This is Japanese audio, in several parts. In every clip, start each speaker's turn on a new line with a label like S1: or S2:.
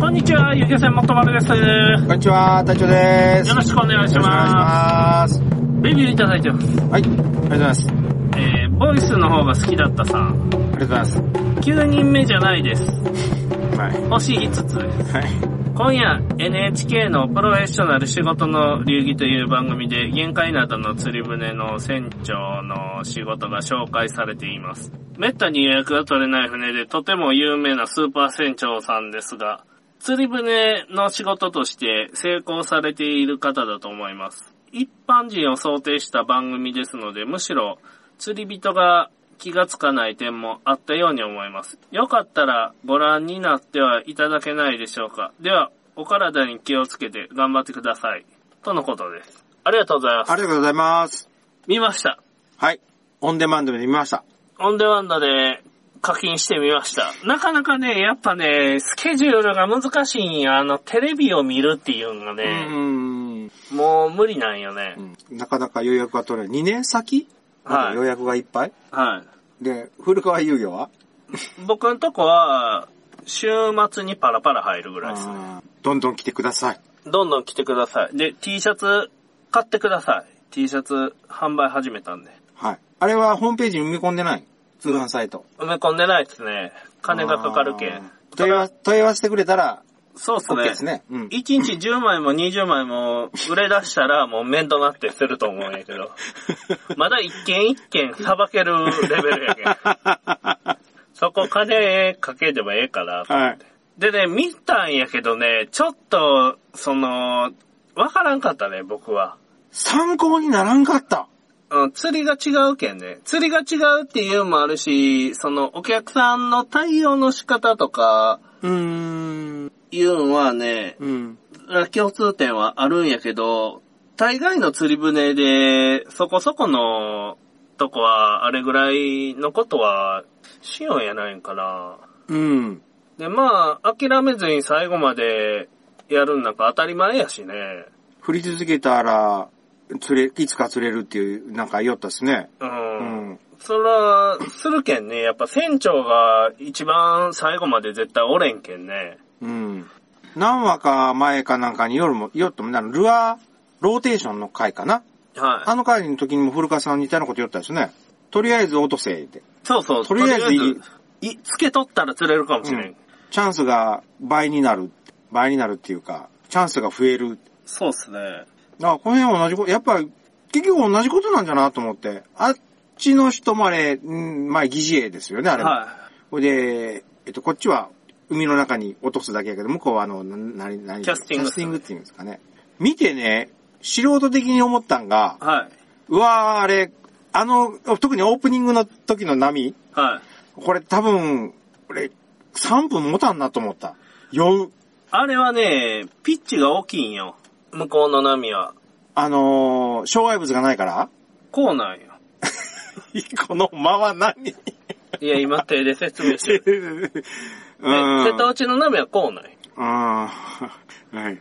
S1: こんにちは、ゆげせんもとまるです。よ
S2: こんにちは、隊長です。
S1: ろしくお願いし
S2: よろ
S1: ま
S2: しくお願いします。
S1: す。レビューいただいてます。
S2: はい、ありがとうございます。あ
S1: えー、ボイスの方が好きだったさん。
S2: りがとうございます。
S1: 9人目じゃないです。
S2: はい。
S1: 星5つです。
S2: はい。
S1: 今夜、NHK のプロフェッショナル仕事の流儀という番組で、玄界灘の釣り船の船長の仕事が紹介されています。めったに予約が取れない船で、とても有名なスーパー船長さんですが、釣り船の仕事として成功されている方だと思います。一般人を想定した番組ですので、むしろ釣り人が気がつかない点もあったように思います。よかったらご覧になってはいただけないでしょうか。では、お体に気をつけて頑張ってください。とのことです。ありがとうございま
S2: あ
S1: す。
S2: りがとうございます。
S1: 見ました。
S2: はい。オンデマンドで見ました。
S1: オンデマンドで課金してみました。なかなかね、やっぱね、スケジュールが難しいんや。あの、テレビを見るっていうのが
S2: う
S1: ね、
S2: ん。
S1: もう無理なんよね
S2: う。んなかなか予約が取れない。2年先ま
S1: は
S2: だ
S1: い
S2: 予約がいっぱい
S1: はい。
S2: で、古川遊魚は
S1: 僕のとこは、週末にパラパラ入るぐらいですね。
S2: あーどんどん来てください。
S1: どんどん来てください。で、T シャツ買ってください。T シャツ販売始めたんで。
S2: はい。あれはホームページに埋め込んでない通販サイト。
S1: 埋め込んでないですね。金がかかるけ
S2: あ
S1: ん
S2: ー。問い合わせ、問い合わせてくれたら、
S1: そうっす
S2: OK
S1: ね。
S2: ですね。うん。
S1: 1日10枚も20枚も売れ出したらもう面倒なってすると思うんやけ ど。まだ一件一件さばけるレベルやけん。 そこ金かければええかな。
S2: はい。
S1: でね、見たんやけどね、ちょっと、その、わからんかったね、僕は。
S2: 参考にならんかった。
S1: うん、釣りが違うけんね。釣りが違うっていうのもあるし、そのお客さんの対応の仕方とか、
S2: うーん。
S1: いうのはね、
S2: うん。
S1: 共通点はあるんやけど、大概の釣り船で、そこそこのとこは、あれぐらいのことは、しようやないんかな。
S2: うん。
S1: で、まあ、諦めずに最後までやるんなんか当たり前やしね。
S2: 振り続けたら、釣れ、いつか釣れるっていう、なんか言おったっすね。
S1: うん。
S2: うん。
S1: そら、するけんね、やっぱ船長が一番最後まで絶対おれんけんね。
S2: うん。何話か前かなんかに夜も、夜ともなる、ルアー、ローテーションの回かな。
S1: は
S2: あの回の時にも古川さん似たようなこと言ったですね。とりあえず落とせ、って。
S1: い。そうそう、
S2: とりあえず
S1: とい、つけとったら釣れるかもしれん。
S2: うんチャンスが倍になる。倍になるっていうか、チャンスが増える。
S1: そうっすね。
S2: あ、この辺は同じこと、やっぱ、結局同じことなんじゃなと思って。あっちの人もあれ、うんまあ、疑似絵ですよね、あれも。
S1: は
S2: ほいで、えっと、こっちは海の中に落とすだけやけど、向こうはあの、な、な、な、
S1: キャスティング
S2: キャスティングっていうんですかね。見てね、素人的に思ったんが
S1: い。、はい。
S2: うわー、あれ、あの、特にオープニングの時の波、
S1: はい。
S2: これ多分、これ、3分持たんなと思った。酔う。
S1: あれはね、ピッチが大きいんよ。向こうの波は。
S2: あのー、障害物がないから
S1: こうなんよ。
S2: この間は何
S1: いや、今手で説明 してる。
S2: う
S1: で
S2: ん。
S1: 瀬戸内の波はこうなんよ。
S2: うん。 はい。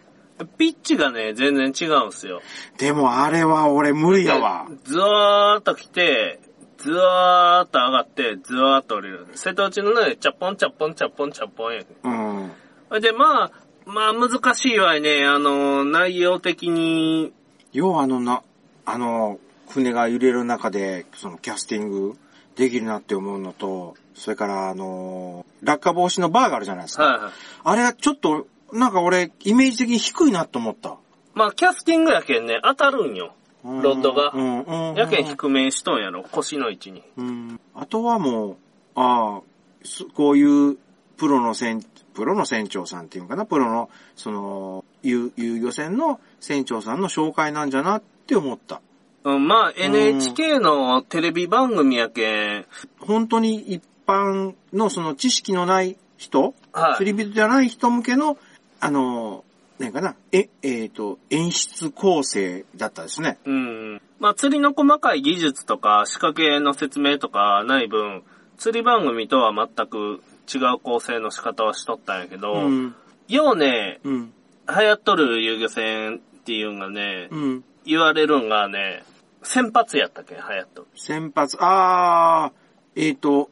S1: ピッチがね、全然違うんすよ。
S2: でもあれは俺無理やわ。
S1: ずわーっと来て、ずわーっと上がって、ずわーっと降りる。瀬戸内のね、チャポンチャポンチャポンチャポンや
S2: うん。
S1: ね。で、まあ、まあ難しいわいね、あの、内容的に、
S2: 要はあのな、あの、船が揺れる中で、そのキャスティングできるなって思うのと、それからあの、落下防止のバーがあるじゃないですか。
S1: はいはい。
S2: あれがちょっと、なんか俺、イメージ的に低いなと思った。
S1: まあ、キャスティングやけんね、当たるんよ。
S2: うん
S1: ロッドが
S2: うん、うん。
S1: やけん低めにしとんやろ、腰の位置に。
S2: うん。あとはもう、ああ、すこういうプロの船、プロの船長さんっていうのかな、プロの、その、遊遊漁船の船長さんの紹介なんじゃなって思った。
S1: うん、まあ、NHK のテレビ番組やけん、
S2: 本当に一般のその知識のない人、
S1: はい。
S2: 釣り人じゃない人向けの、あの、なんかな、え、えっ、と、演出構成だったですね。
S1: うん。まあ、釣りの細かい技術とか仕掛けの説明とかない分、釣り番組とは全く違う構成の仕方はしとったんやけど、
S2: うん。
S1: ようね、
S2: うん。
S1: 流行っとる遊漁船っていうんがね、
S2: うん。
S1: 言われるんがね、先発やったけん、流行っとる。
S2: 先発、ああ、えっ、と、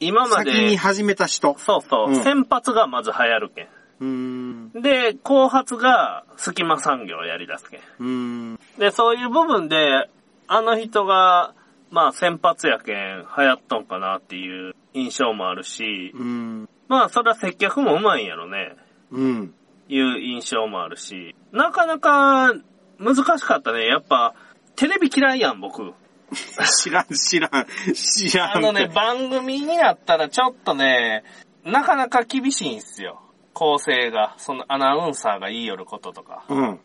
S1: 今ま
S2: 先に
S1: で、
S2: 始めた人。
S1: そうそう、
S2: うん
S1: 先発がまず流行るけん。
S2: うーん。
S1: で、後発が隙間産業をやり出すけん。
S2: うーん。
S1: で、そういう部分で、あの人が、まあ先発やけん流行っとんかなっていう印象もあるし
S2: う、ーん。
S1: まあそれは接客もうまいんやろね、
S2: うん。
S1: いう印象もあるし、なかなか難しかったね。やっぱ、テレビ嫌いやん、僕。
S2: 知らん、知らん、知らん。
S1: あの ね、番組になったらちょっとね、なかなか厳しいんすよ。構成が、そのアナウンサーが言いよることとか。
S2: うん。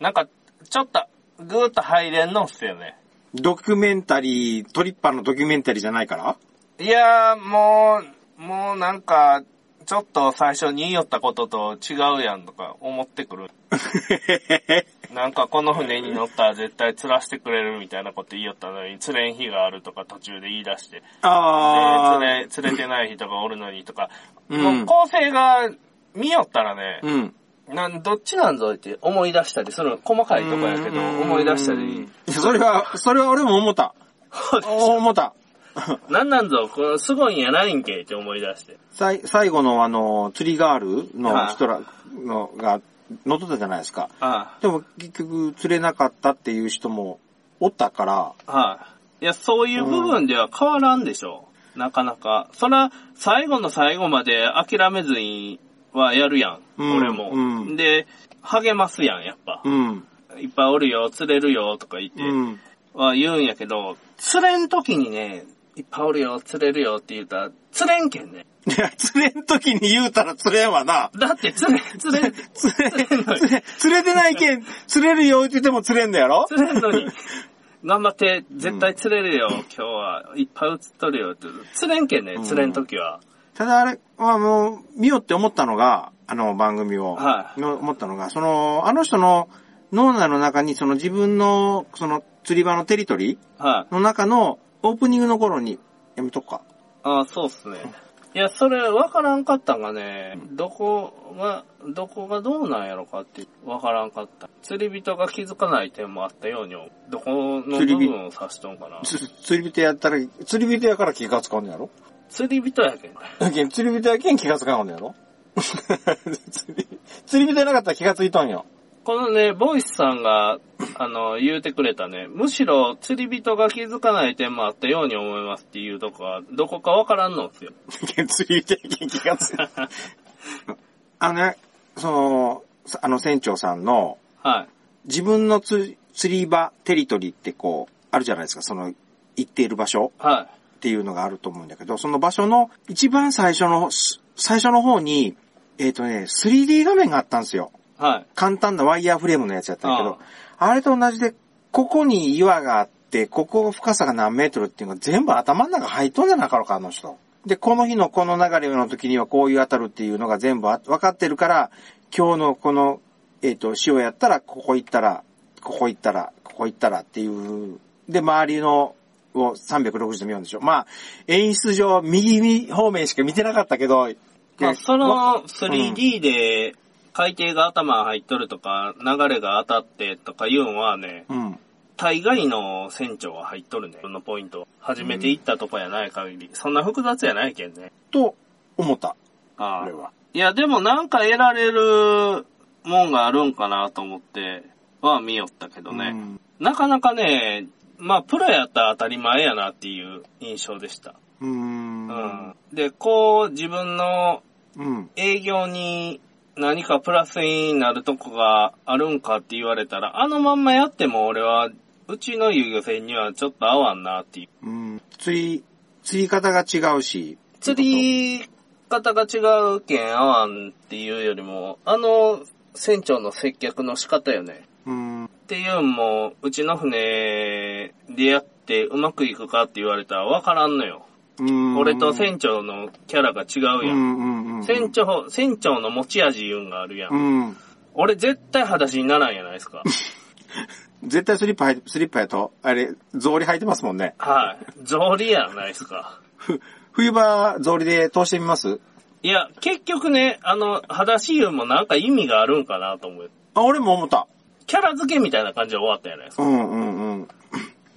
S1: なんか、ちょっと、ぐーっと入れんのっすよね。
S2: ドキュメンタリー、トリッパーのドキュメンタリーじゃないから
S1: いやー、もう、もうなんか、ちょっと最初に言いよったことと違うやんとか思って くる。なんかこの船に乗ったら絶対釣らしてくれるみたいなこと言いよったのに、釣れん日があるとか途中で言い出して、で
S2: あ
S1: 釣れ、釣れてない日とかおるのにとか、
S2: うん
S1: もう構成が見よったらね、
S2: うん。
S1: なんどっちなんぞいって思い出したりする、細かいとこやけど思い出したり、
S2: うん。それは、それは俺も思った。思った。
S1: なんなんぞ、このすごいんやないんけって思い出して。
S2: さい最後のあの、釣りガール
S1: は
S2: の
S1: い
S2: 人らのが乗っとったじゃないですか。
S1: ああ、
S2: でも結局釣れなかったっていう人もおったから、
S1: はい。いや、そういう部分では変わらんでしょう。なかなか。そら、最後の最後まで諦めずにはやるやん。
S2: うん
S1: 俺も、
S2: うん
S1: で、励ますやん、やっぱ。
S2: うん。
S1: いっぱいおるよ、釣れるよ、とか言って、
S2: うん。
S1: は言うんやけど、釣れん時にね、いっぱいおるよ、釣れるよって言うたら、釣れんけんね。
S2: いや、釣れん時に言うたら釣れんわな。
S1: だって釣れ、釣 れん、
S2: 釣れ、
S1: 釣れんのに
S2: 釣れ、釣れてないけん、釣れるよって言っても釣れんのやろ
S1: 釣れん のに。頑張って、絶対釣れるよ、今日は。いっぱい釣っとるよって。釣れんけんね、釣れん時は。
S2: ただあれ、あの、見よって思ったのが、あの番組を、
S1: はい
S2: の思ったのが、その、あの人の脳内の中に、その自分の、その釣り場のテリトリ
S1: はい。
S2: ーの中のオープニングの頃に、やめとくか。
S1: ああ、そうっすね。いや、それ分からんかったんがね、どこが、どこがどうなんやろかって分からんかった。釣り人が気づかない点もあったように、どこの部
S2: 釣り人
S1: 分を指しとんかな。
S2: つ釣り人やったら、釣り人やから気がつかんのやろ
S1: 釣り人やけん。
S2: だけど釣り人やけん気がつかんのやろ 釣り釣り人やなかったら気がついとんよ。
S1: このね、ボイスさんが、あの、言うてくれたね、むしろ釣り人が気づかない点もあったように思いますっていうとこは、どこか分からんのっすよ。
S2: 釣り人やけん気がつかん。 あのね、その、あの船長さんの、
S1: はい。
S2: 自分のつ釣り場、テリトリーってこう、あるじゃないですか、その、行っている場所
S1: はい。
S2: っていうのがあると思うんだけど、その場所の一番最初の、す最初の方に、えっ、とね、3D 画面があったんですよ。
S1: はい。
S2: 簡単なワイヤーフレームのやつやったんだけど、
S1: あ
S2: あれと同じで、ここに岩があって、ここ深さが何メートルっていうのが全部頭の中入っとんじゃなかろうか、あの人。で、この日のこの流れの時にはこういう当たるっていうのが全部あ分かってるから、今日のこの、えっ、と、塩やったら、ここ行ったら、ここ行ったら、ここ行ったらっていう。で、周りの、を360度見ようんでしょ。まあ、演出上、右方面しか見てなかったけど、
S1: まあ、その
S2: うん
S1: 3D で海底が頭入っとるとか、流れが当たってとかいうのはね、
S2: うん。
S1: 大概の船長は入っとるね。そのポイント。初めて行ったとこやない限り。そんな複雑やないけんね。
S2: と、思った、
S1: あ
S2: あ
S1: あ
S2: れ。は。
S1: いや、でもなんか得られるもんがあるんかなと思って、は見よったけど
S2: う
S1: ね。
S2: ん
S1: なかなかね、まあ、プロやったら当たり前やなっていう印象でした。
S2: うーん
S1: うん。で、こう、自分の
S2: うん。
S1: 営業に何かプラスになるとこがあるんかって言われたら、あのまんまやっても俺は、うちの遊漁船にはちょっと合わんなっていう。
S2: うん。釣り、釣り方が違うし。り
S1: 釣り方が違うけん合わんっていうよりも、あの船長の接客の仕方よね。
S2: うん。
S1: っていうのも、うちの船でやってうまくいくかって言われたらわからんのよ。
S2: うん。
S1: 俺と船長のキャラが違うや。
S2: うんんうんうん。
S1: 船長、船長の持ち味いうんがあるやん。
S2: うん。
S1: 俺絶対裸足にならんやないです か。
S2: 絶対スリッパ履いて、スリッパやと、あれ、草履履いてますもんね。
S1: はい。草履やないですか。
S2: ふ冬場、草履で通してみます
S1: いや、結局ね、あの、裸足湯もなんか意味があるんかなと思う。
S2: あ、俺も思った。
S1: キャラ付けみたいな 感じで終わったやないですか。
S2: うんうんうん。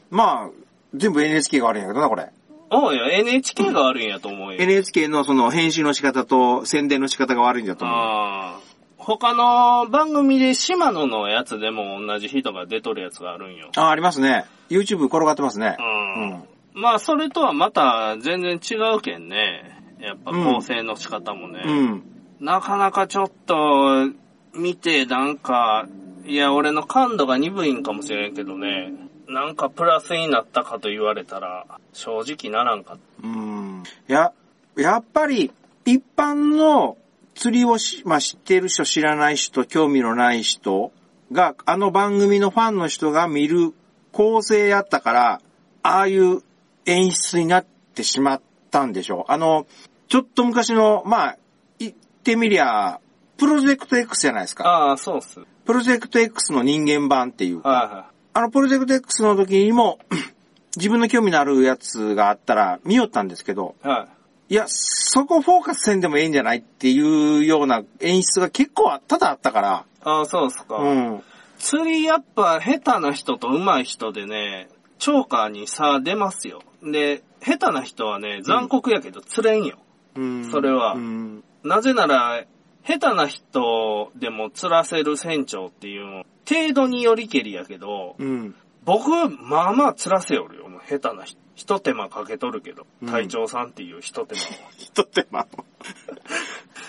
S2: まあ、全部 NHK があるんやけどな、これ。
S1: おうよ、NHK が悪いんやと思うよ。
S2: NHK のその編集の仕方と宣伝の仕方が悪いんだと思う。
S1: ああ。他の番組で島野のやつでも同じ人が出とるやつがあるんよ。
S2: ああ、ありますね。YouTube 転がってますね
S1: う。。
S2: うんん。
S1: まあ、それとはまた全然違うけんね。やっぱ構成の仕方もね。
S2: うん。
S1: なかなかちょっと、見てなんか、いや、俺の感度が鈍いんかもしれんけどね。なんかプラスになったかと言われたら、正直ならんかっ
S2: うん。や、やっぱり、一般の釣りをし、まあ、知ってる人、知らない人、興味のない人が、あの番組のファンの人が見る構成やったから、ああいう演出になってしまったんでしょう。あの、ちょっと昔の、まあ、言ってみりゃ、プロジェクト X じゃないです
S1: た。
S2: か。
S1: ああ、そうっす。はい
S2: プロジェクト X の人間版っていうか、
S1: は
S2: あの、プロジェクト X の時にも、 自分の興味のあるやつがあったら見よったんですけど、
S1: い。はい。
S2: いや、そこフォーカスせんでもええんじゃないっていうような演出が結構多々あったから、
S1: ああ、そうっすか。
S2: うん。
S1: 釣りやっぱ下手な人と上手い人でね、チョーカーに差出ますよ。で、下手な人はね、残酷やけど釣れんよ。
S2: うん
S1: それは
S2: うん。
S1: なぜなら、下手な人でも釣らせる船長っていうの、程度によりけりやけど、
S2: うん。
S1: 僕、まあまあ釣らせよるよ。もう下手な人。一手間かけとるけど
S2: う、ん
S1: 隊長さんっていう一手間を。
S2: 人ってまあ、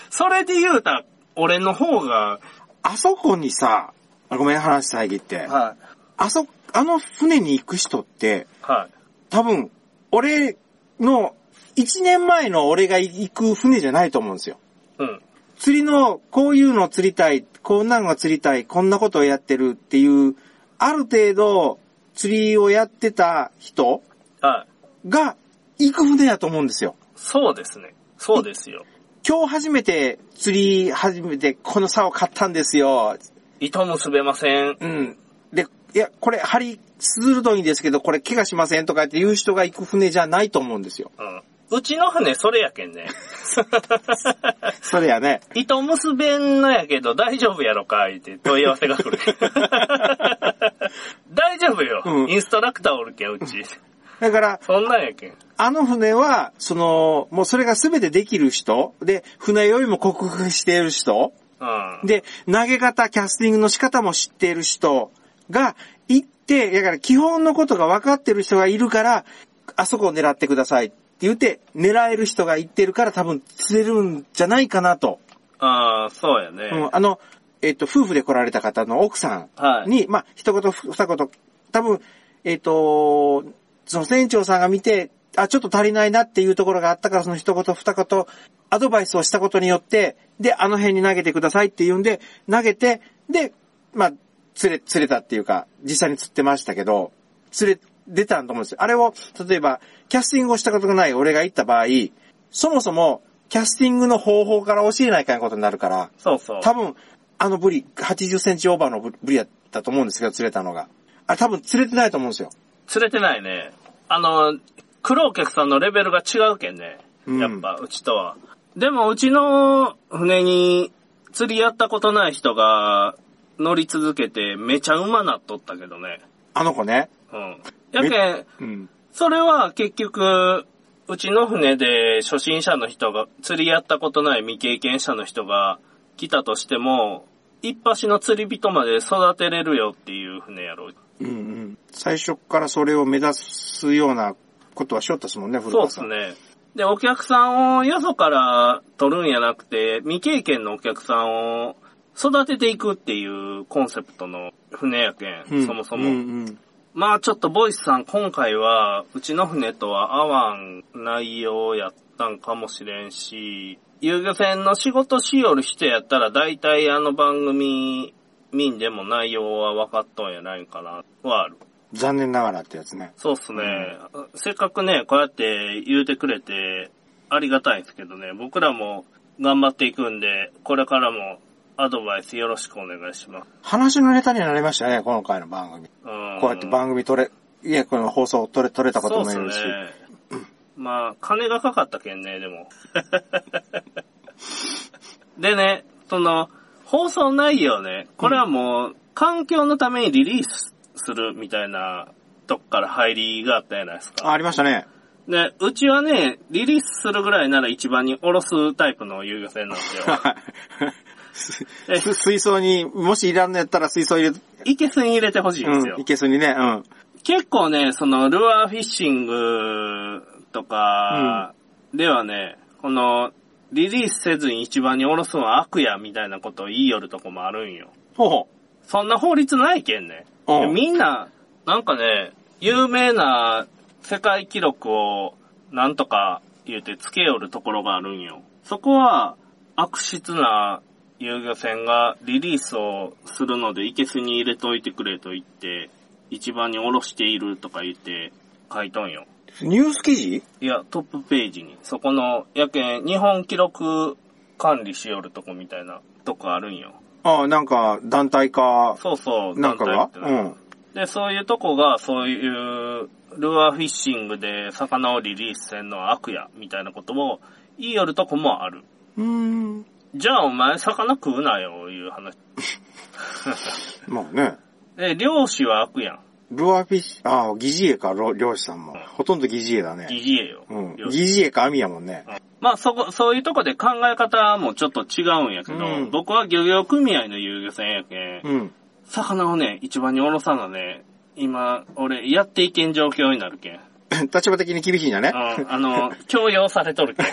S1: それで言うたら、俺の方が、
S2: あそこにさ、あごめん、話遮って。
S1: はい、
S2: あそ、あの船に行く人って、
S1: はい、
S2: 多分、俺の、1年前の俺が行く船じゃないと思うんですよ。
S1: うん、
S2: 釣りの、こういうのを釣りたい、こんなのが釣りたい、こんなことをやってるっていう、ある程度、釣りをやってた人
S1: はい。
S2: が、行く船やと思うんですよ。
S1: そうですね。そうですよ。
S2: 今日初めて釣り始めて、この竿買ったんですよ。
S1: 糸結べません。
S2: うん。で、いや、これ、針、鋭いんですけど、これ、怪我しませんとかって言う人が行く船じゃないと思うんですよ。
S1: うん。うちの船それやけん ね。
S2: それやね。
S1: 糸結べんのやけど大丈夫やろかいって問い合わせが 来る。大丈夫よ、
S2: うん
S1: インストラクターおるけん、うち。
S2: だから、
S1: そんなんやけん。
S2: あの船は、その、もうそれが全てできる人、で、船よりも克服している人、
S1: うん。
S2: で、投げ方、キャスティングの仕方も知っている人が行って、だから基本のことが分かってる人がいるから、あそこを狙ってくださいって言って、狙える人が行ってるから多分釣れるんじゃないかなと。
S1: ああ、そうやね。
S2: うん、あの、えっ、と、夫婦で来られた方の奥さん
S1: はい。
S2: に、まあ、一言ふ二言、多分、えっ、と、その船長さんが見て、あ、ちょっと足りないなっていうところがあったから、その一言二言、アドバイスをしたことによって、で、あの辺に投げてくださいって言うんで、投げて、で、まあ、釣れ、釣れたっていうか、実際に釣ってましたけど、釣れ、出たんだと思うんですよ。あれを、例えば、キャスティングをしたことがない俺が行った場合、そもそも、キャスティングの方法から教えないかんことになるから、
S1: そうそう。
S2: 多分、あのブリ、80センチオーバーのブリやったと思うんですけど、釣れたのが。あれ多分釣れてないと思うんですよ。
S1: 釣れてないね。あの、来るお客さんのレベルが違うけんね。
S2: うん
S1: やっぱ、うちとは。でも、うちの船に釣りやったことない人が乗り続けてめちゃ馬なっとったけどね。
S2: あの子ね。
S1: うん。やけん、
S2: うん。
S1: それは結局、うちの船で初心者の人が、釣りやったことない未経験者の人が来たとしても、一発の釣り人まで育てれるよっていう船やろ。
S2: うんうん。最初からそれを目指すようなことはしよったですもんね、古
S1: そう
S2: 川
S1: で
S2: さ
S1: す
S2: ん。
S1: ね。で、お客さんをよそから取るんやなくて、未経験のお客さんを育てていくっていうコンセプトの船やけん、
S2: うん
S1: そもそも。
S2: うんうん。
S1: まあちょっとボイスさん今回はうちの船とは合わん内容やったんかもしれんし、遊漁船の仕事しよる人やったら大体あの番組民でも内容は分かっとんやないかな、はある。
S2: 残念ながらってやつね。
S1: そうっすね。せっかくね、こうやって言うてくれてありがたいんですけどね、僕らも頑張っていくんで、これからもアドバイスよろしくお願いします。
S2: 話のネタになりましたね、この回の番組。
S1: うん
S2: こうやって番組撮れ、いや、この放送撮れ、撮れたこともい
S1: そう
S2: る
S1: っ
S2: し
S1: す。ね。まあ、金がかかったけんね、でも。 でね、その、放送内容ね、これはもう、環境のためにリリースするみたいなとこから入りがあったじゃないですか。
S2: あありましたね。
S1: で、うちはね、リリースするぐらいなら一番におろすタイプの遊漁船なん ですよ。
S2: す
S1: え
S2: す水槽に、もしいらんのやったら水槽入れ、
S1: いけすに入れてほしいんですよ。
S2: うん、いけすにね、うん。
S1: 結構ね、その、ルアーフィッシングとか、ではね、この、リリースせずに一番に下ろすのは悪や、みたいなことを言いよるとこもあるんよ。
S2: ほうほ
S1: そんな法律ないけんね。で
S2: うん
S1: みんな、なんかね、有名な世界記録を、なんとか言うてつけよるところがあるんよ。そこは、悪質な遊漁船がリリースをするので、いけすに入れといてくれと言って、一番に下ろしているとか言って書いとんよ。
S2: う。ニュース記事
S1: いや、トップページに。そこの、やけん、日本記録管理しよるとこみたいなとこあるんよ。
S2: ああ、なんか、団体か、
S1: そうそう、
S2: なんか
S1: 団体
S2: が
S1: ってのは
S2: うん。
S1: で、そういうとこが、そういう、ルアーフィッシングで魚をリリースせんのは悪や、みたいなことを言いよるとこもある。
S2: うーん。
S1: じゃあお前魚食うなよ、いう話。
S2: まあね。
S1: で、漁師は悪やん。
S2: ルアーフィッシュ、ああ、疑似絵か、ろ漁師さんも。ほとんど疑似絵だね。
S1: 疑似絵よ。
S2: うん。
S1: 漁師
S2: 疑似絵か網やもんね。
S1: まあそこ、そういうとこで考え方もちょっと違うんやけど、
S2: うん
S1: 僕は漁業組合の遊漁船やけん、
S2: うん。
S1: 魚をね、一番におろさなね、今、俺、やっていけん状況になるけん。
S2: 立場的に厳しいんだね。
S1: うんあの、強要されと るけ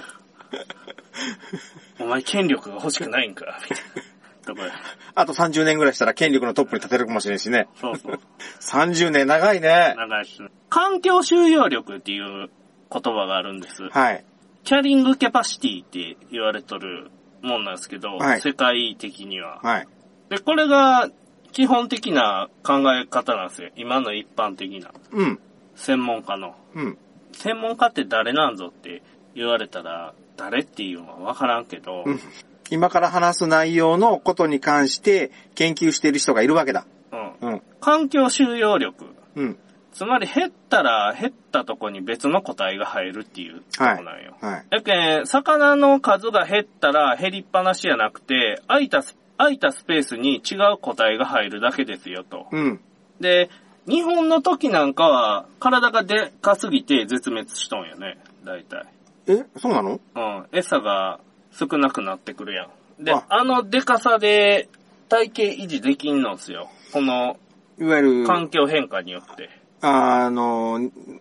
S1: ど。お前権力が欲しくないん か、みたいな。とこや。
S2: あと30年ぐらいしたら権力のトップに立てるかもしれんしね。
S1: そうそう。
S2: 30年長いね。
S1: 長いっすね環境収容力っていう言葉があるんです。
S2: はい。
S1: キャリングキャパシティって言われとるもんなんですけど、
S2: はい
S1: 世界的には。
S2: はい。
S1: で、これが基本的な考え方なんですよ。今の一般的な。
S2: うん。
S1: 専門家の。
S2: うん。
S1: 専門家って誰なんぞって言われたら、誰っていうのはわからんけど、
S2: うん今から話す内容のことに関して研究している人がいるわけだ。
S1: うん。
S2: うん。
S1: 環境収容力。
S2: うん。
S1: つまり減ったら減ったとこに別の個体が入るっていうとこなんよ。
S2: はい。
S1: だけん魚の数が減ったら減りっぱなしじゃなくて、空いたス、空いたスペースに違う個体が入るだけですよと。
S2: うん。
S1: で、日本の時なんかは体がでかすぎて絶滅しとんよね。大体。
S2: え、そうなの
S1: うん。餌が少なくなってくるやん。で、
S2: あ
S1: あのでかさで体型維持できんのんすよ。この
S2: いわゆる、
S1: 環境変化によって。
S2: あの、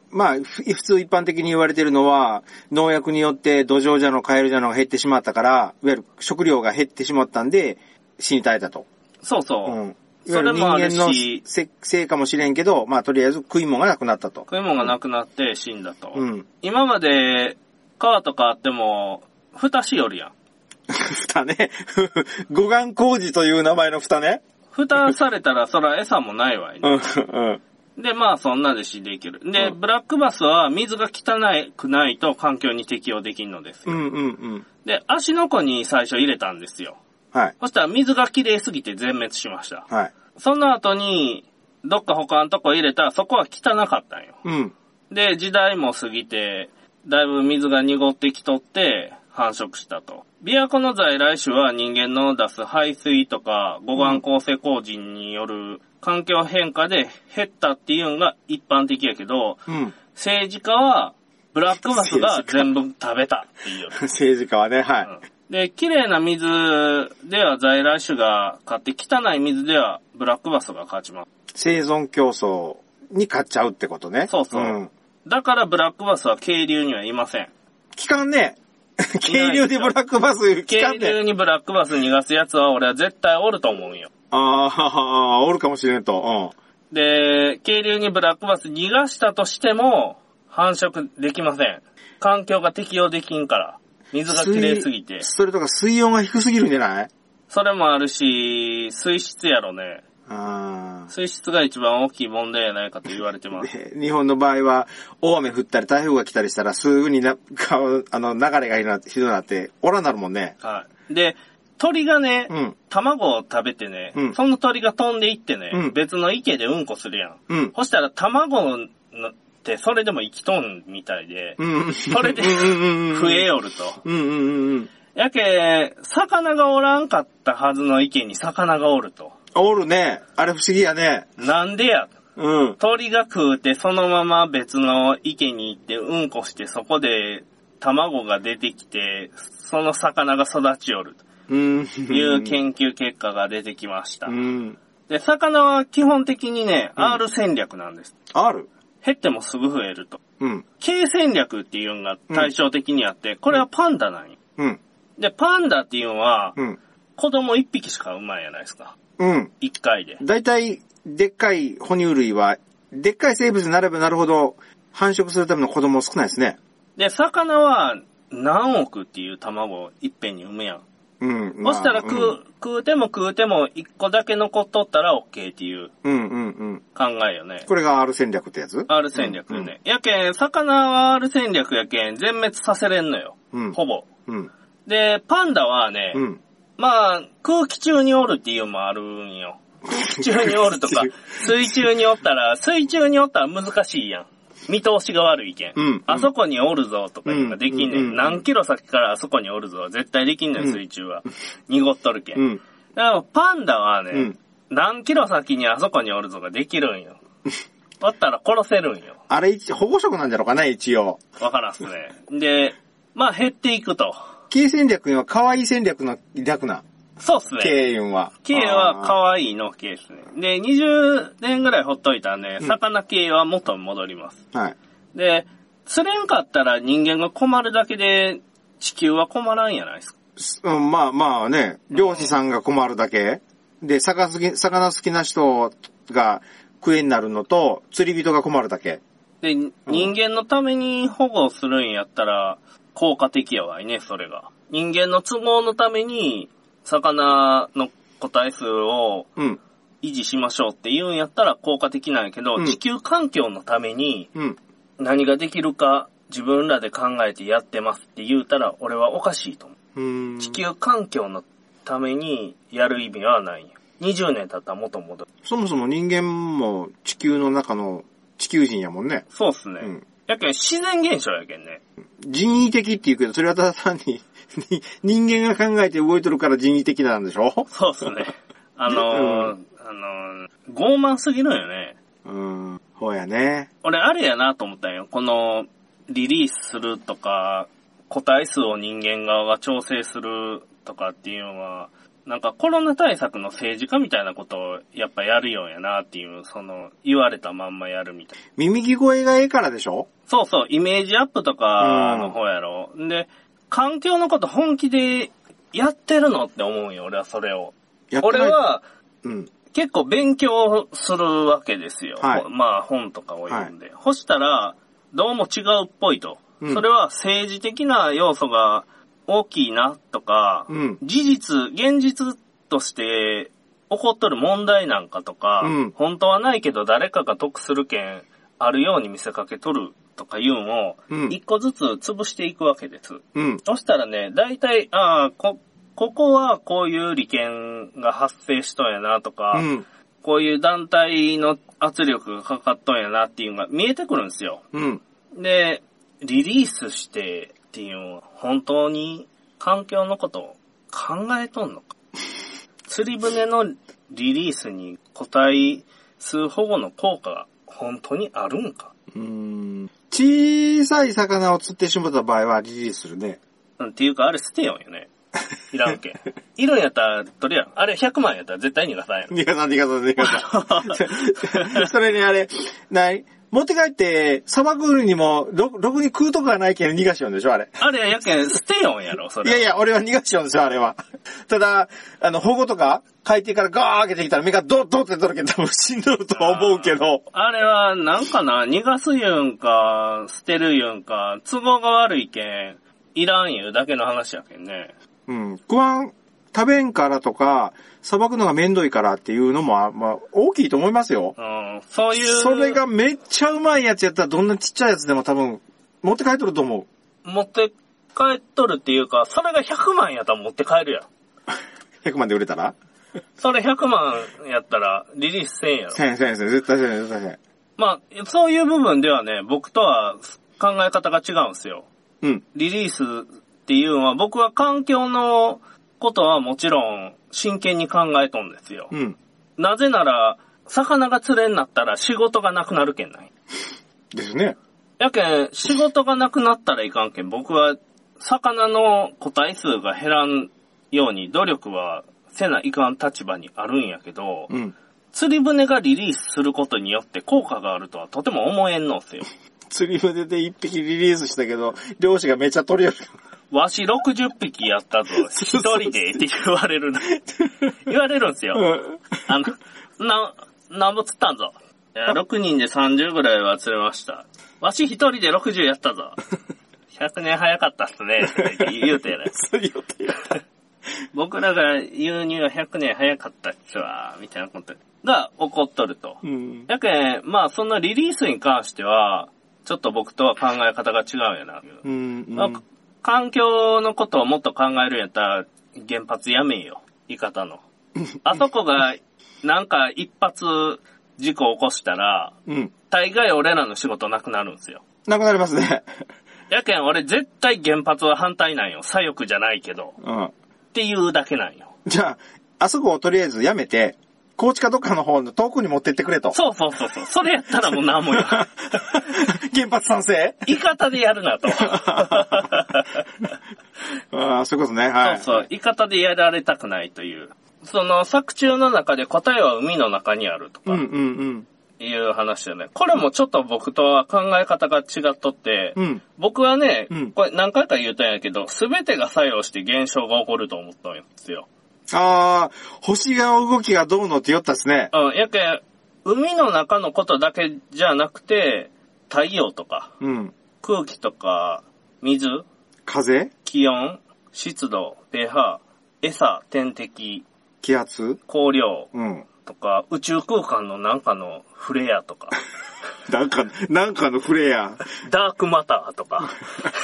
S2: まあ、ふ普通一般的に言われてるのは、農薬によって土壌じゃのカエルじゃのが減ってしまったから、いわゆる食料が減ってしまったんで、死に絶えたと。
S1: そうそうう。
S2: ん。いわゆ
S1: それ
S2: る人間
S1: もあ
S2: の
S1: るし
S2: せせいかもしれんけど、まあ、とりあえず食い物がなくなったと。
S1: 食い物がなくなって死んだと。
S2: うん。
S1: 今まで川とかあっても、蓋しよるやん。
S2: 蓋ね。 五眼工事という名前の蓋ね。
S1: 蓋された らそら餌もないわい、
S2: う
S1: ね
S2: ん、うん。
S1: で、まあそんなで死んでいける。で、
S2: うん
S1: ブラックバスは水が汚くないと環境に適応できんのです
S2: う
S1: よ。
S2: ん、うん、うん。
S1: で、足の子に最初入れたんですよ。
S2: はい。
S1: そしたら水がきれいすぎて全滅しました。
S2: はい。
S1: その後に、どっか他のとこ入れたらそこは汚かったんよ。
S2: うん。
S1: で、時代も過ぎて、だいぶ水が濁ってきとって、繁殖したと。琵琶湖の在来種は人間の出す排水とか、護岸構成工事による環境変化で減ったっていうのが一般的やけど、
S2: うん。
S1: 政治家は、ブラックバスが全部食べたっていう。
S2: 政治家はね、はい。
S1: で、綺麗な水では在来種が勝って、汚い水ではブラックバスが勝ちます。
S2: 生存競争に勝っちゃうってことね。。
S1: そうそうんだからブラックバスは渓流にはいません。
S2: 聞かんね。渓流でブラックバス聞か
S1: 渓
S2: ん
S1: 流
S2: ね。
S1: にブラックバス逃がすやつは俺は絶対おると思うんよ。
S2: ああ、おるかもしれんと。
S1: で、渓流にブラックバス逃がしたとしても、繁殖できません。環境が適応できんから。水
S2: うん。
S1: が綺麗すぎて
S2: 水。それとか水温が低すぎるんじゃない
S1: それもあるし、水質やろね。
S2: ああ。
S1: 水質が一番大きい問題やないかと言われて ます。
S2: で日本の場合は、大雨降ったり台風が来たりしたら、すぐにな、かあの、流れがひどなひどくなって、おらなるもんね。
S1: はい。で、鳥がね、
S2: うん。
S1: 卵を食べてね、
S2: うん
S1: その鳥が飛んでいってね、
S2: うん
S1: 別の池でうんこするやん。
S2: うん。
S1: そしたら卵のってそれでも生きとんみたいで、
S2: うん。
S1: それで増えよると。
S2: うんうんうんうん。
S1: やけ、魚がおらんかったはずの池に魚がおると。
S2: おるね。あれ不思議やね。
S1: なんでや
S2: うん。
S1: 鳥が食うてそのまま別の池に行ってうんこしてそこで卵が出てきて、その魚が育ちよる
S2: うん。
S1: という研究結果が出てきました
S2: う。ん。
S1: で、魚は基本的にね、
S2: うん
S1: R 戦略なんです。
S2: ある
S1: 減ってもすぐ増えると。
S2: うん。
S1: K 戦略っていうのが対照的にあって、これはパンダなんよ。
S2: うん。
S1: で、パンダっていうのは、
S2: うん。
S1: 子供1匹しか産まんやないですか。
S2: うん。
S1: 1回で。
S2: 大体、でっかい哺乳類は、でっかい生物になればなるほど、繁殖するための子供少ないですね。
S1: で、魚は何億っていう卵をいっぺんに産むやん。
S2: うん。
S1: そしたら
S2: く
S1: 食う、食うても食うても1個だけ残っとったら OK っていう
S2: うんうんうん。
S1: 考えよね。
S2: これが R 戦略ってやつ
S1: R 戦略ね。やけん、魚は R 戦略やけん、全滅させれんのよ。
S2: うん。
S1: ほぼ。
S2: うん。
S1: で、パンダはね、
S2: うん。
S1: まあ、空気中におるっていうのもあるんよ。空気中におるとか
S2: 空気、
S1: 水中におったら、水中におったら難しいやん。見通しが悪いけん。
S2: うん
S1: あそこにおるぞとかいうのができんねん。
S2: うんうん
S1: 何キロ先からあそこにおるぞ。絶対できんねん、
S2: うん
S1: 水中は。濁っとるけん。
S2: うん。
S1: だからパンダはね、
S2: うん
S1: 何キロ先にあそこにおるぞができるんよ。おったら殺せるんよ。
S2: あれ一、保護色なんじゃろうかな、一応。
S1: わからんっすね。で、まあ減っていくと。
S2: K 戦略には可愛い戦略の略な。
S1: そうっすね。
S2: K 運は。
S1: K は可愛いの K ですね。で、20年ぐらいほっといたんで、
S2: うん
S1: 魚系は元に戻ります。
S2: あーはい。
S1: で、釣れんかったら人間が困るだけで、地球は困らんやないですか。
S2: すうん、まあまあね、漁師さんが困るだけ。で、魚好き、魚好きな人が食えになるのと、釣り人が困るだけ。
S1: で、人間のために保護するんやったら、効果的やわいね、それが。人間の都合のために、魚の個体数を
S2: うん、
S1: 維持しましょうって言うんやったら効果的なんやけど、
S2: うん
S1: 地球環境のために、
S2: うん。
S1: 何ができるか自分らで考えてやってますって言うたら俺はおかしいと思
S2: うーん
S1: う。地球環境のためにやる意味はないんよ。20年経ったら元戻る。
S2: そもそも人間も地球の中の地球人やもんね。
S1: そうっすね。
S2: うん
S1: やけん自然現象やけんね。
S2: 人為的って言うけど、それはただ単に 人間が考えて動いとるから人為的なんでしょ
S1: そうっす ね。あのーあのー傲慢すぎるよね。
S2: うーん、ほうやね。
S1: 俺あれやなと思ったんよ。この、リリースするとか、個体数を人間側が調整するとかっていうのは、なんかコロナ対策の政治家みたいなことをやっぱやるようやなっていう、その、言われたまんまやるみたいな。
S2: 耳聞こえがええからでしょ
S1: そうそう、イメージアップとかの方やろ。んで、環境のこと本気でやってるのって思うんよ、俺はそれを。
S2: やって
S1: 俺
S2: ない、
S1: は、
S2: うん、
S1: 結構勉強するわけですよ。
S2: はい
S1: ほまあ本とかを読んで。ほしたら、どうも違うっぽいと。
S2: うん
S1: それは政治的な要素が大きいなとか、
S2: うん
S1: 事実、現実として起こっとる問題なんかとか、
S2: うん
S1: 本当はないけど誰かが得する件あるように見せかけとるとかいうのを
S2: う、ん
S1: 一個ずつ潰していくわけです。
S2: うん、
S1: そしたらね、大体、ああ、こ、ここはこういう利権が発生しとんやなとか、
S2: うん、
S1: こういう団体の圧力がかかっとんやなっていうのが見えてくるんですよ。
S2: うん。
S1: で、リリースしてっていうのは本当に環境のことを考えとんのか。釣り船のリリースに個体数保護の効果が本当にあるんか。
S2: うーん小さい魚を釣ってしまった場合はリリースするね。
S1: なんていうか、あれ捨てよんよね。いらん けん。いるんやったら、とりあえず、あれ100万やったら絶対逃がさんやろ。
S2: 逃がさん、逃がさん、逃が さん。それにあれ、ない、持って帰って、砂漠にも、ろろくに食うとこがないけど逃がしちゃうんでしょ、あれ。
S1: あれやけん、捨てよんやろ、そ
S2: い
S1: れ。
S2: やいや、俺は逃がしちゃうんですよ、あれは。ただ、あの、保護とか、海底からガー開けてきたら目がドッドッって取るけど、多分死んどるとは思うけど。
S1: あれは、なんかな、逃がす言うんか、捨てる言うんか、都合が悪いけん、いらん言うだけの話やけんね。
S2: うん。食わん、食べんからとか、砂漠のがめんどいからっていうのも、あまあ、大きいと思いますよ。
S1: うん、そういう、
S2: それがめっちゃうまいやつやったらどんなちっちゃいやつでも多分持って帰っとると思
S1: 持って帰っとるっていうか、それが100万やったら持って帰るやん。
S2: う。100万で売れたら
S1: それ100万やったら、リリースせんやろ。
S2: ?1000 円、1000円、絶対1000円、絶対1000円。
S1: まあ、そういう部分ではね、僕とは考え方が違うんですよ。
S2: うん。
S1: リリースっていうのは僕は環境のことはもちろん真剣に考えとんですよ。
S2: うん。
S1: なぜなら魚が釣れんなったら仕事がなくなるけんない。
S2: ですね。
S1: やけん、仕事がなくなったらいかんけん、僕は、魚の個体数が減らんように努力はせないかん立場にあるんやけど、
S2: うん。
S1: 釣り船がリリースすることによって効果があるとはとても思えんのっすよ。
S2: 釣り船で一匹リリースしたけど、漁師がめっちゃ取り寄る。
S1: わし60匹やったぞ、一人でって言われるの。言われるんすよ。あの、な、なんぼ釣ったんぞ。いや、6人で30ぐらいは釣れました。わし一人で60やったぞ。100年早かったっすね、って言うてやる。
S2: 釣り寄ってやった
S1: 僕らが言うには100年早かったっすわ、みたいなことが起こっとると。
S2: うん。
S1: やけん、まあそのリリースに関しては、ちょっと僕とは考え方が違うんやな。
S2: うん。う
S1: まあ
S2: ん。
S1: 環境のことをもっと考えるんやったら、原発やめんよ。言い方 の。あそこが、なんか一発事故起こしたら、
S2: うん。
S1: 大概俺らの仕事なくなるんすよ。
S2: なくなりますね。
S1: やけん俺絶対原発は反対なんよ。左翼じゃないけど。
S2: うん。
S1: っていうだけなんよ。
S2: じゃあ、あそこをとりあえずやめて、高知かどっかの方の遠くに持ってってくれと。
S1: そうそうそうそう。それやったらもう何も言わ ん。
S2: 原発賛成
S1: 言い方でやる なと。
S2: ああ、 そういうことね。はい。
S1: そうそう。言い方でやられたくないという。その作中の中で答えは海の中にあるとか。
S2: うんうんうん。
S1: いう話よね。これもちょっと僕とは考え方が違っとって、
S2: うん。
S1: 僕はね、
S2: うん
S1: これ何回か言うたんやけど、すべてが作用して現象が起こると思ったんですよ。
S2: ああ、星が動きがどうのって言ったっすね。
S1: うん、やけん、海の中のことだけじゃなくて、太陽とか、
S2: うん。
S1: 空気とか、水、
S2: 風
S1: 気温、湿度、pH、餌、天敵、
S2: 気圧
S1: 光量
S2: うん。
S1: とか、宇宙空間のなんかのフレアと か、
S2: なんか、なんかのフレア。
S1: ダークマターとか、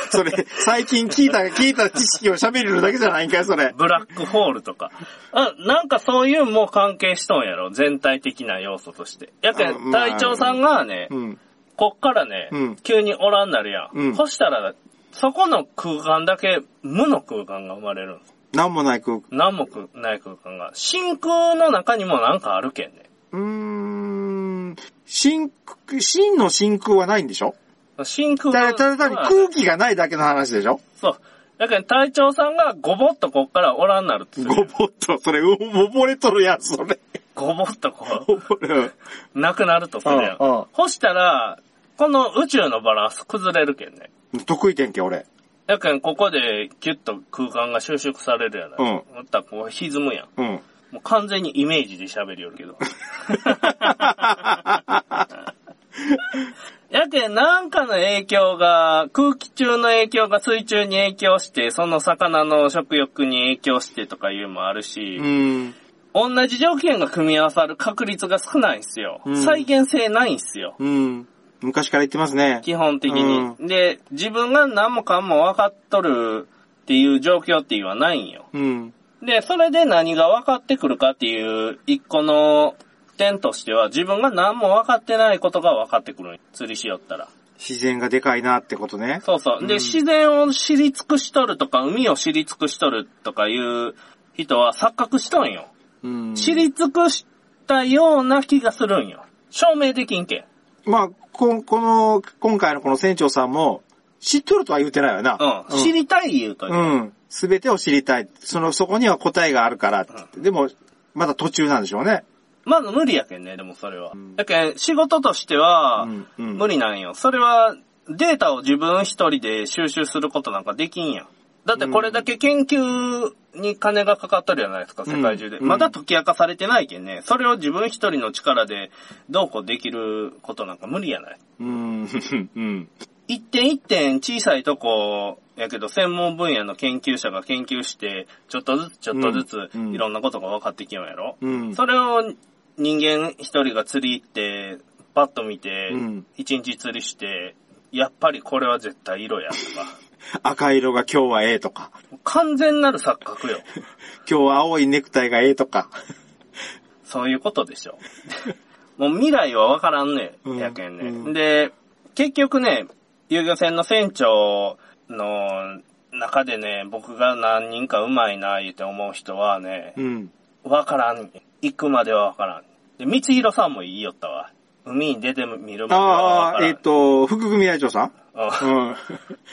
S2: それ、最近聞いた、聞いた知識を喋るだけじゃないんかい、それ。
S1: ブラックホールとか。あ、なんかそういうもう関係しとんやろ。全体的な要素として。やけ
S2: あ
S1: ん、
S2: まあ
S1: 隊長さんがね、
S2: うん。
S1: こっからね、
S2: うん
S1: 急におらんなるやん。
S2: うん
S1: そしたら、そこの空間だけ無の空間が生まれる。
S2: なんもない空間。
S1: 何もくない空間が。真空の中にもなんかあるけんね。
S2: うーん。真空、真の真空はないんでしょ
S1: 真空
S2: ただ、ただ単に空気がないだけの話でしょ
S1: そう。やけん隊長さんがごぼっとこっからおらんなるって言う
S2: ご
S1: やん。
S2: ぼっと、それ、う溺れとるやつ、それ。
S1: ごぼっとこう。
S2: 溺れ。
S1: なくなるとするやん。
S2: うんうん
S1: ほしたら、この宇宙のバランス崩れるけんね。
S2: 得意点け、俺。
S1: やけん、ここでギュッと空間が収縮されるやない。
S2: うん
S1: またこう歪むやん。
S2: うん。
S1: もう完全にイメージで喋りよるけ ど。やけん、なんかの影響が、空気中の影響が水中に影響して、その魚の食欲に影響してとかいうのもあるし、
S2: うん。
S1: 同じ条件が組み合わさる確率が少ないんすよ。
S2: うん
S1: 再現性ないんすよ。
S2: うん。昔から言ってますね。
S1: 基本的に。
S2: う
S1: で、自分が何もかも分かっとるっていう状況っていうのはないんよ。
S2: うん。
S1: で、それで何が分かってくるかっていう一個の点としては、自分が何も分かってないことが分かってくるんよ釣りしよったら。
S2: 自然がでかいなってことね。
S1: そうそう。で、自然を知り尽くしとるとか、海を知り尽くしとるとかいう人は錯覚しとんよ。
S2: うん。
S1: 知り尽くしたような気がするんよ。証明できんけん。
S2: まあ、こ、この、今回のこの船長さんも、知っとるとは言うてないよな。
S1: うん。知りたい言うとんよ
S2: うん。すべてを知りたい。その、そこには答えがあるからって言って。でも、まだ途中なんでしょうね。
S1: まず無理やけんね、でもそれは
S2: ん。
S1: だけん、仕事としては
S2: うん、うん
S1: 無理なんよ。それは、データを自分一人で収集することなんかできんやん。だってこれだけ研究に金がかかっとるじゃないですか、世界中で。
S2: うん
S1: まだ解き明かされてないけんね。それを自分一人の力でどうこうできることなんか無理やない。
S2: うん。 うん。
S1: 一点一点小さいとこやけど、専門分野の研究者が研究して、ちょっとずつちょっとずつ
S2: うんうん
S1: いろんなことが分かってきようやろ。
S2: うん。
S1: それを人間一人が釣り行って、パッと見て
S2: うん、
S1: 一、日釣りして、やっぱりこれは絶対色やと
S2: 赤色が今日はええとか、
S1: か。完全なる錯覚 よ。
S2: 今日は青いネクタイがええとか。
S1: そういうことでしょ。もう未来はわからんね
S2: うん
S1: やけんね。
S2: うん
S1: で、結局ね、遊漁船の船長の中でね、僕が何人かうまいな言って思う人はね、
S2: うん。
S1: わからん。行くまではわからん。で、三弘さんも言いよったわ。海に出てみるまでは
S2: あ
S1: わ
S2: あ、
S1: から
S2: え
S1: ん
S2: っと、副組合長さん
S1: うん
S2: うん。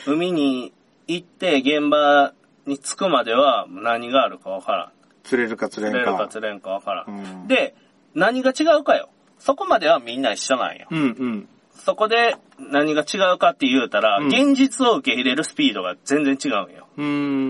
S1: 海に行って現場に着くまでは何があるかわからん。
S2: 釣れるか釣れ
S1: 釣れ
S2: ん
S1: るか
S2: か。
S1: 釣れんかわからん。
S2: うん
S1: で、何が違うかよ。そこまではみんな一緒なんよ。
S2: うんうん。
S1: そこで何が違うかって言うたら、
S2: うん
S1: 現実を受け入れるスピードが全然違うんよ。
S2: うー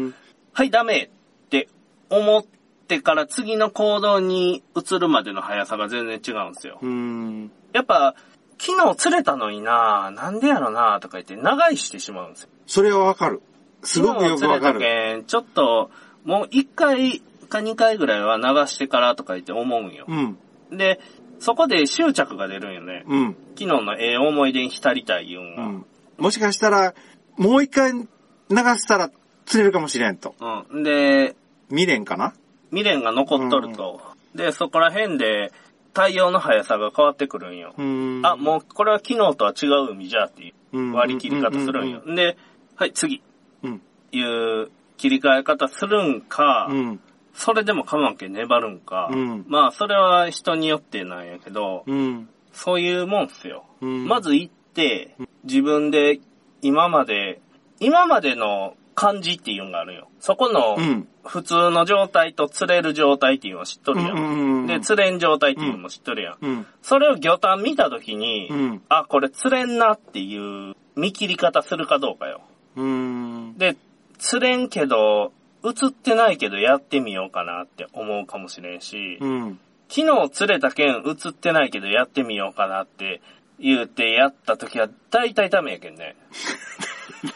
S2: ん。
S1: はい、ダメって思ってから次の行動に移るまでの速さが全然違うんですよ
S2: う。ーん。
S1: やっぱ、昨日釣れたのにななんでやろなとか言って長いしてしまうんですよ。
S2: それはわかる。すごくよくわか
S1: 昨日釣れ
S2: る。
S1: たけんちょっと、もう一回か二回ぐらいは流してからとか言って思うんよ
S2: う。ん。
S1: で、そこで執着が出るんよね。
S2: うん。
S1: 昨日のええ思い出に浸りたい言うん
S2: う
S1: が。
S2: ん。もしかしたら、もう一回流したら釣れるかもしれんと。
S1: うん。で、
S2: 未練かな
S1: 未練が残っとると。で、そこら辺で対応の速さが変わってくるんよ。
S2: うーん。
S1: あ、もうこれは昨日とは違う海じゃっていう割り切り方するんよ。で、はい、次、
S2: うん。
S1: いう切り替え方するんか、
S2: うん。
S1: それでもかまんけ粘るんか、
S2: うん
S1: まあそれは人によってなんやけど、
S2: うん。
S1: そういうもんっすよ。
S2: うん。
S1: ま、ず行って、自分で今まで、今までの感じっていうのがあるよ。そこの
S2: うん。
S1: 普通の状態と釣れる状態っていうのは知っと
S2: う
S1: る
S2: ん
S1: や。
S2: うんんうん。
S1: で、釣れん状態っていうのも知っとるやん。
S2: うん。
S1: それを魚探見た時に、
S2: うん。
S1: あ、これ釣れんなっていう見切り方するかどうかよ。
S2: うん。
S1: で、釣れんけど、映ってないけどやってみようかなって思うかもしれんし、
S2: うん。
S1: 昨日釣れた件映ってないけどやってみようかなって言うてやった時は大体ダメやけんね。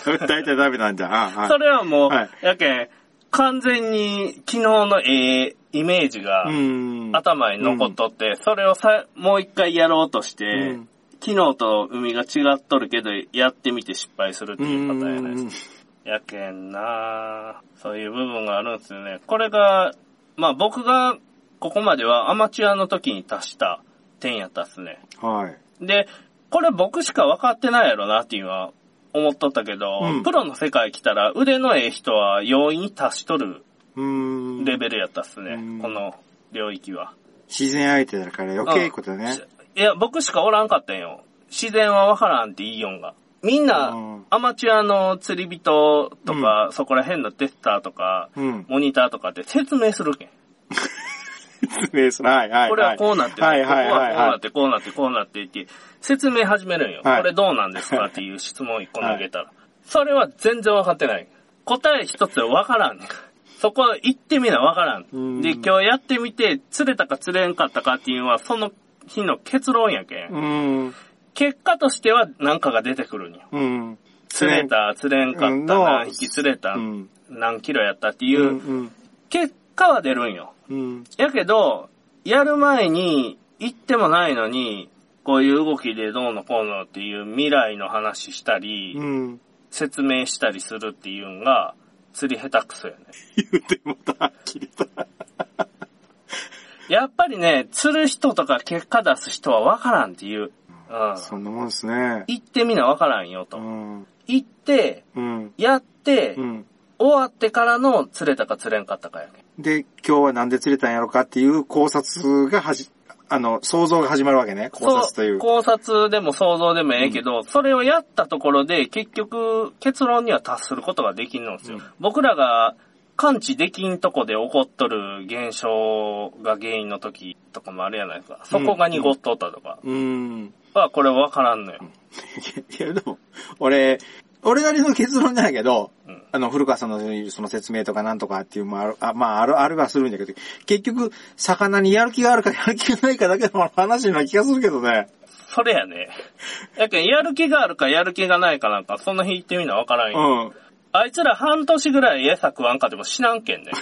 S2: 大体ダメなんじゃん。あはい
S1: それはもう、
S2: はい
S1: やけん、完全に昨日のええイメージが
S2: うん。
S1: 頭に残っとって、それをさ、もう一回やろうとして、
S2: うん
S1: 昨日と海が違っとるけどやってみて失敗するっていうパターンやないですか。やけんなぁそういう部分があるんですよね。これが、まあ僕がここまではアマチュアの時に達した点やったっすね。
S2: はい。
S1: で、これ僕しか分かってないやろなっていうのは思っとったけど、
S2: うん
S1: プロの世界来たら腕のええ人は容易に達しとる
S2: うん。
S1: レベルやったっすね。
S2: うん
S1: この領域は。
S2: 自然相手だから余計いいことだね。
S1: いや、僕しかおらんかったんよ。自然はわからんっていいよんが。みんな、
S2: うん
S1: アマチュアの釣り人とか、そこら辺のテスターとか、
S2: うん。
S1: モニターとかって説明するけん。
S2: 説明する。はいはいはい。
S1: これはこうなってる、
S2: はいはいはい
S1: ここはこうな
S2: は
S1: って、こうなって、こうなってって、説明始めるんよ、
S2: はい
S1: これどうなんですかっていう質問一個投げたら。それは全然分かってない。答え一つで分からんねん。そこ行ってみな分から
S2: うん
S1: ん。で、今日やってみて、釣れたか釣れんかったかっていうのは、その日の結論やけ
S2: い。
S1: ん。
S2: うん。
S1: 結果としては何かが出てくるんよ。
S2: うん。
S1: 釣れた、釣れんかった、
S2: の
S1: 何匹釣れた、
S2: うん。
S1: 何キロやったって
S2: う
S1: い
S2: ん
S1: う、
S2: うん。
S1: 結果は出るんよ。
S2: うん。
S1: やけど、やる前に、行ってもないのに、こういう動きでどうのこうのっていう未来の話したり、
S2: うん。
S1: 説明したりするっていうのが、釣り下手くそよね。
S2: 言うてもた、はっきりと。
S1: やっぱりね、釣る人とか結果出す人は分からんっていう。うん。
S2: そんなもんですね。
S1: 行ってみな分からんよ
S2: う
S1: と。
S2: ん。
S1: 行って、
S2: うん。
S1: やって、
S2: うん。
S1: 終わってからの釣れたか釣れんかったかやけん。
S2: で、今日はなんで釣れたんやろかっていう考察がはじ、あの、想像が始まるわけね。考察という。
S1: 考察でも想像でもええけど、それをやったところで結局結論には達することができんのですよ。
S2: うん
S1: 僕らが感知できんとこで起こっとる現象が原因の時とかもあるやないですか。そこが濁っとったとか
S2: うん。
S1: はこれわからんのよ。
S2: いや、でも、俺、俺なりの結論じゃないけど、
S1: うん
S2: あの、古川さんのそういうその説明とかなんとかっていうのもある、あまあ、ある、あるはするんだけど、結局、魚にやる気があるかやる気がないかだけの話な気がするけどね。
S1: それやね。やけん、やる気があるかやる気がないかなんか、そんな日言ってみなわからんよ。
S2: うん。
S1: あいつら半年ぐらい餌食わんかでも死なんけんね。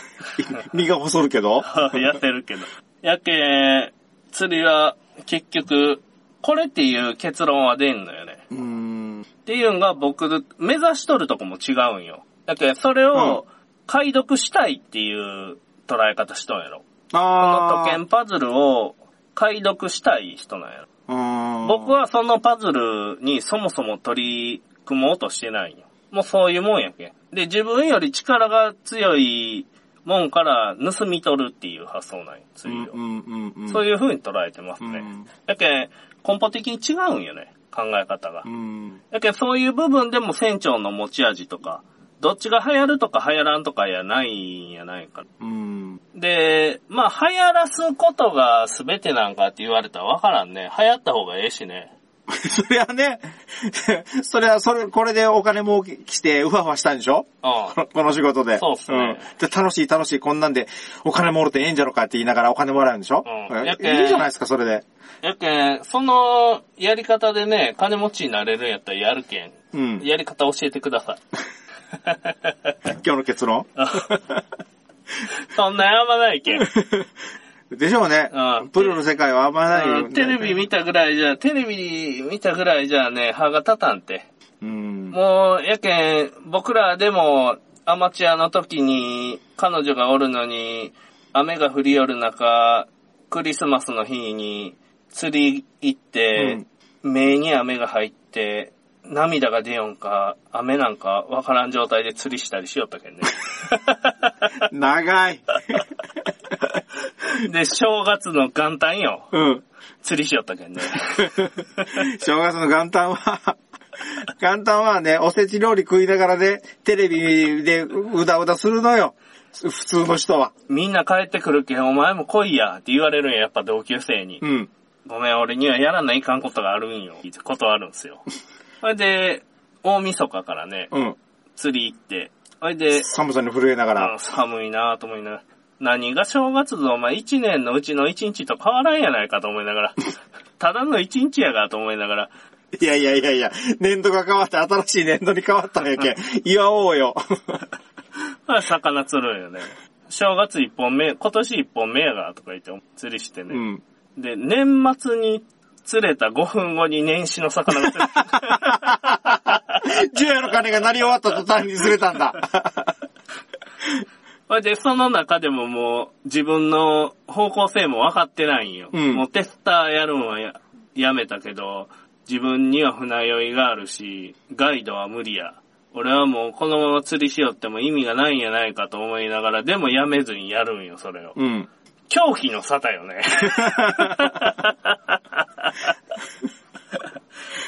S2: 身が細るけど。
S1: やってるけど。やけん、釣りは結局、これっていう結論は出んのよね。
S2: うーん。
S1: っていうのが僕、目指しとるとこも違うんよ。だけど、それを解読したいっていう捉え方しとんやろ。この
S2: あ
S1: 時
S2: ー。
S1: 計パズルを解読したい人なんやろ。
S2: うーん。
S1: 僕、はそのパズルにそもそも取り組もうとしてないんよ。もうそういうもんやけん。で、自分より力が強いもんから盗み取るっていう発想なんよ、釣りを。
S2: うんうんうん。
S1: そう
S2: う
S1: いう風に捉えてますね。
S2: ん
S1: だけん根本的に違うんよね、考え方が
S2: う。ん。
S1: だけどそういう部分でも船長の持ち味とか、どっちが流行るとか流行らんとかやないんやないか。
S2: うん。
S1: で、まあ流行らすことが全てなんかって言われたらわからんね。流行った方がええしね。
S2: それはね、それは、それ、これでお金儲けして、うわうわしたんでしょ
S1: う
S2: このこの仕事で。
S1: そうっすね
S2: ん。で楽しい楽しい、こんなんで、お金もろてええんじゃろかって言いながらお金もらうんでしょ
S1: うん
S2: え
S1: やけ
S2: いいじゃないですか、それで。
S1: ん。やけん、そのやり方でね、金持ちになれるんやったらやるけん。
S2: うん。
S1: やり方教えてください。
S2: 今日の結論。
S1: そんなやまないけん。
S2: でしょうね
S1: うん。
S2: プロの世界はあんまないよ
S1: うんテレビ見たぐらいじゃ、テレビ見たぐらいじゃね、歯が立たんて。
S2: うん。
S1: もう、やけん、僕らでも、アマチュアの時に、彼女がおるのに、雨が降りよる中、クリスマスの日に、釣り行って、目に雨が入って、涙が出よんか、雨なんかわからん状態で釣りしたりしよったけんね。
S2: 長い。
S1: で、正月の元旦よ、
S2: うん。
S1: 釣りしよったけんね。
S2: 正月の元旦は、 元旦はね、おせち料理食いながらね、テレビでうだうだするのよ。普通の人は。
S1: みんな帰ってくるけん、お前も来いや、って言われるんや、やっぱ同級生に。
S2: うん。
S1: ごめん、俺にはやらないかんことがあるんよ。断るんすよ。 ほいで、大晦日からね、
S2: うん。
S1: 釣り行って、ほいで、
S2: 寒さに震えなが
S1: あ
S2: ら
S1: の。寒いなぁと思いながら、何が正月ぞ、お前一年のうちの一日と変わらんやないかと思いながら、 ただの一日やがと思いながら、
S2: いやいやいやいや、年度が変わって新しい年度に変わったんやけん。祝おうよ。
S1: まあ魚釣るんよね。正月一本目、今年一本目やがとか言って釣りして
S2: う
S1: ね。
S2: ん。
S1: で、年末に釣れた5分後に年始の魚が釣れた。
S2: 昼夜の鐘が鳴り終わった途端にずれたんだ。
S1: ほいで、その中でももう、自分の方向性も分かってないんよ。
S2: うん
S1: もうテスターやるんはややめたけど、自分には船酔いがあるし、ガイドは無理や。俺はもうこのまま釣りしよっても意味がないんやないかと思いながら、でもやめずにやるんよ、それを。
S2: うん。
S1: 狂気の沙汰よ ね。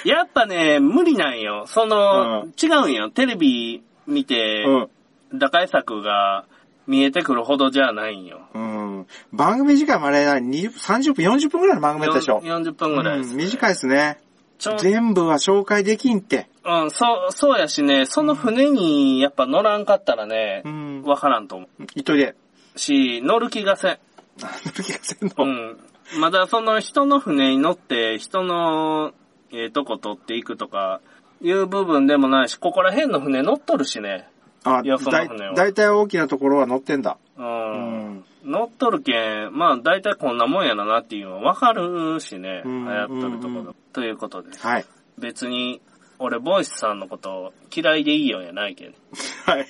S1: やっぱね、無理なんよ。その、
S2: うん
S1: 違うんよ。テレビ見て、
S2: うん。
S1: 打開策が見えてくるほどじゃないんよ。
S2: うん。番組時間もあれな、20 30分、40分くらいの番組だったでしょ。
S1: 40分ぐらいです、
S2: うん短いですね。
S1: ちょ
S2: 全部は紹介できんって。
S1: うん、そう、そうやしね、その船にやっぱ乗らんかったらね
S2: う、ん。
S1: わからんと思
S2: 一人で。
S1: う。し、乗る気がせん。
S2: なんだ気がせん
S1: う
S2: の。
S1: ん。まだその人の船に乗って、人の、ええとこ取っていくとか、いう部分でもないし、ここら辺の船乗っとるしね。
S2: あ、
S1: いやそんな
S2: だい
S1: ことないわ
S2: だいたい大きなところは乗ってんだ。
S1: う。
S2: うんん。
S1: 乗っとるけん、まあ大体こんなもんやななっていうのはわかるしね。
S2: う
S1: 流
S2: ん
S1: 行っとるとこ
S2: うんう
S1: ろ。ということです。
S2: はい。
S1: 別に、俺、ボイスさんのこと嫌いでいいよんやないけど。
S2: はい。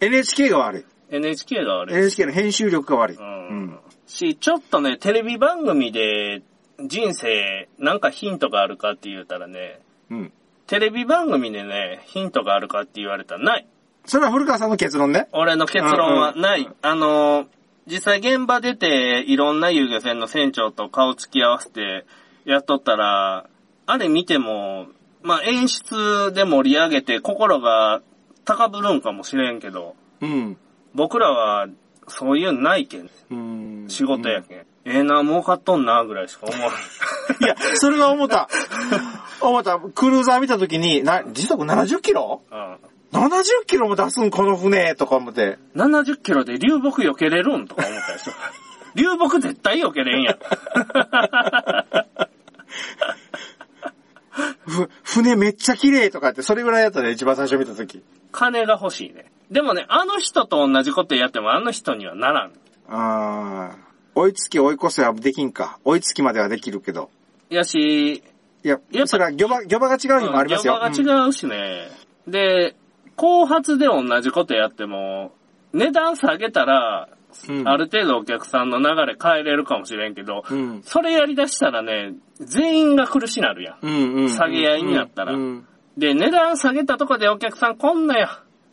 S2: NHK が悪い。
S1: NHK が悪い。
S2: NHK の編集力が悪い。
S1: う
S2: うんん。
S1: し、ちょっとね、テレビ番組で人生なんかヒントがあるかって言うたらね、
S2: うん。
S1: テレビ番組でね、ヒントがあるかって言われたらない。
S2: それは古川さんの結論ね。
S1: 俺の結論は
S2: うんうん
S1: ない。あの、実際現場出て、いろんな遊漁船の船長と顔つき合わせてやっとったら、あれ見ても、まあ、演出で盛り上げて心が高ぶるんかもしれんけど、
S2: うん。
S1: 僕らはそういうのないけん。
S2: うん。
S1: 仕事やけん。ええな、儲かっとんな、ぐらいしか思わん。
S2: いや、それが思った。思った。クルーザー見たときに、な、時速70キロ
S1: うん
S2: ?70 キロも出すん、この船とか思って。
S1: 70キロで流木避けれるんとか思ったでしょ。 流木絶対避けれんやん。
S2: ふ、船めっちゃ綺麗とかって、それぐらいだったね、一番最初見たとき。
S1: 金が欲しいね。でもね、あの人と同じことやってもあの人にはならん。
S2: あー追いつき追い越せはできんか。追いつきまではできるけど。
S1: やし、
S2: いや、
S1: やっぱ
S2: それは漁場、漁場が違うにもありますよ。
S1: 現場が違うしね。で、後発で同じことやっても、値段下げたら、
S2: うん
S1: ある程度お客さんの流れ変えれるかもしれんけど、
S2: うん。
S1: それやり出したらね、全員が苦しなるやん。
S2: うんうん。
S1: 下げ合いになったら
S2: うん。
S1: で、値段下げたとこでお客さん来んなよ。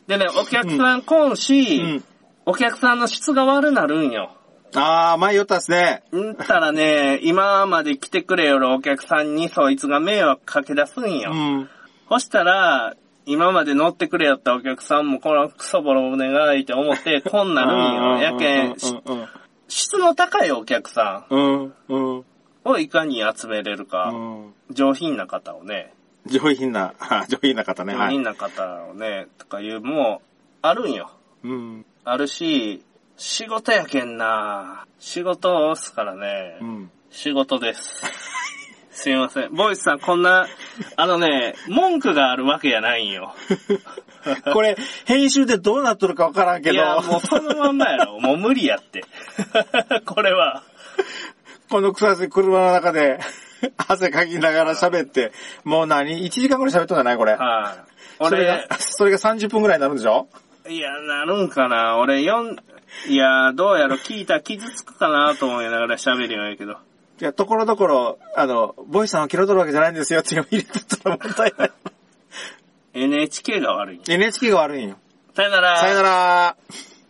S1: でね、お客さん来んし、
S2: うん
S1: お客さんの質が悪なるんよ。
S2: ああ、前言ったっすね。
S1: うんったらね、今まで来てくれよるお客さんにそいつが迷惑かけ出すん
S2: う
S1: よ。
S2: ん。
S1: そしたら、今まで乗ってくれよったお客さんもこのクソボロお願いって思 って、こんなるんよ。やけん、し
S2: うん
S1: 質の高いお客さ
S2: うんうん。うん。
S1: んをいかに集めれるか、
S2: うん。
S1: 上品な方をね、
S2: 上品な、あ上品な方ね。
S1: 上
S2: はい
S1: 品。な方をね、とかいう、もう、あるんよ。
S2: うん。
S1: あるし、仕事やけんな仕事っすからね。
S2: うん。
S1: 仕事です。すいません。ボイスさん、こんな、あのね、文句があるわけやないんよ。
S2: これ、編集でどうなっとるかわからんけ
S1: い
S2: ど、
S1: や、もうそのまんまやろ。もう無理やって。これは。
S2: この草津車の中で、 汗かきながら喋って、もう何 ?1 時間ぐらい喋っとんじゃないこれ。
S1: はい。
S2: それ
S1: 俺
S2: が、、それが30分ぐらいになるんでしょ
S1: いや、なるんかな。俺、よん、いや、どうやろ。聞いたら傷つくかなと思いながら喋るんやけど。
S2: いや、ところどころ、あの、ボイスさんを切り取るわけじゃないんですよっていうのを入れとったら問題 ない。
S1: NHK が悪い。
S2: NHK が悪いんよ。
S1: さよなら。
S2: さよなら。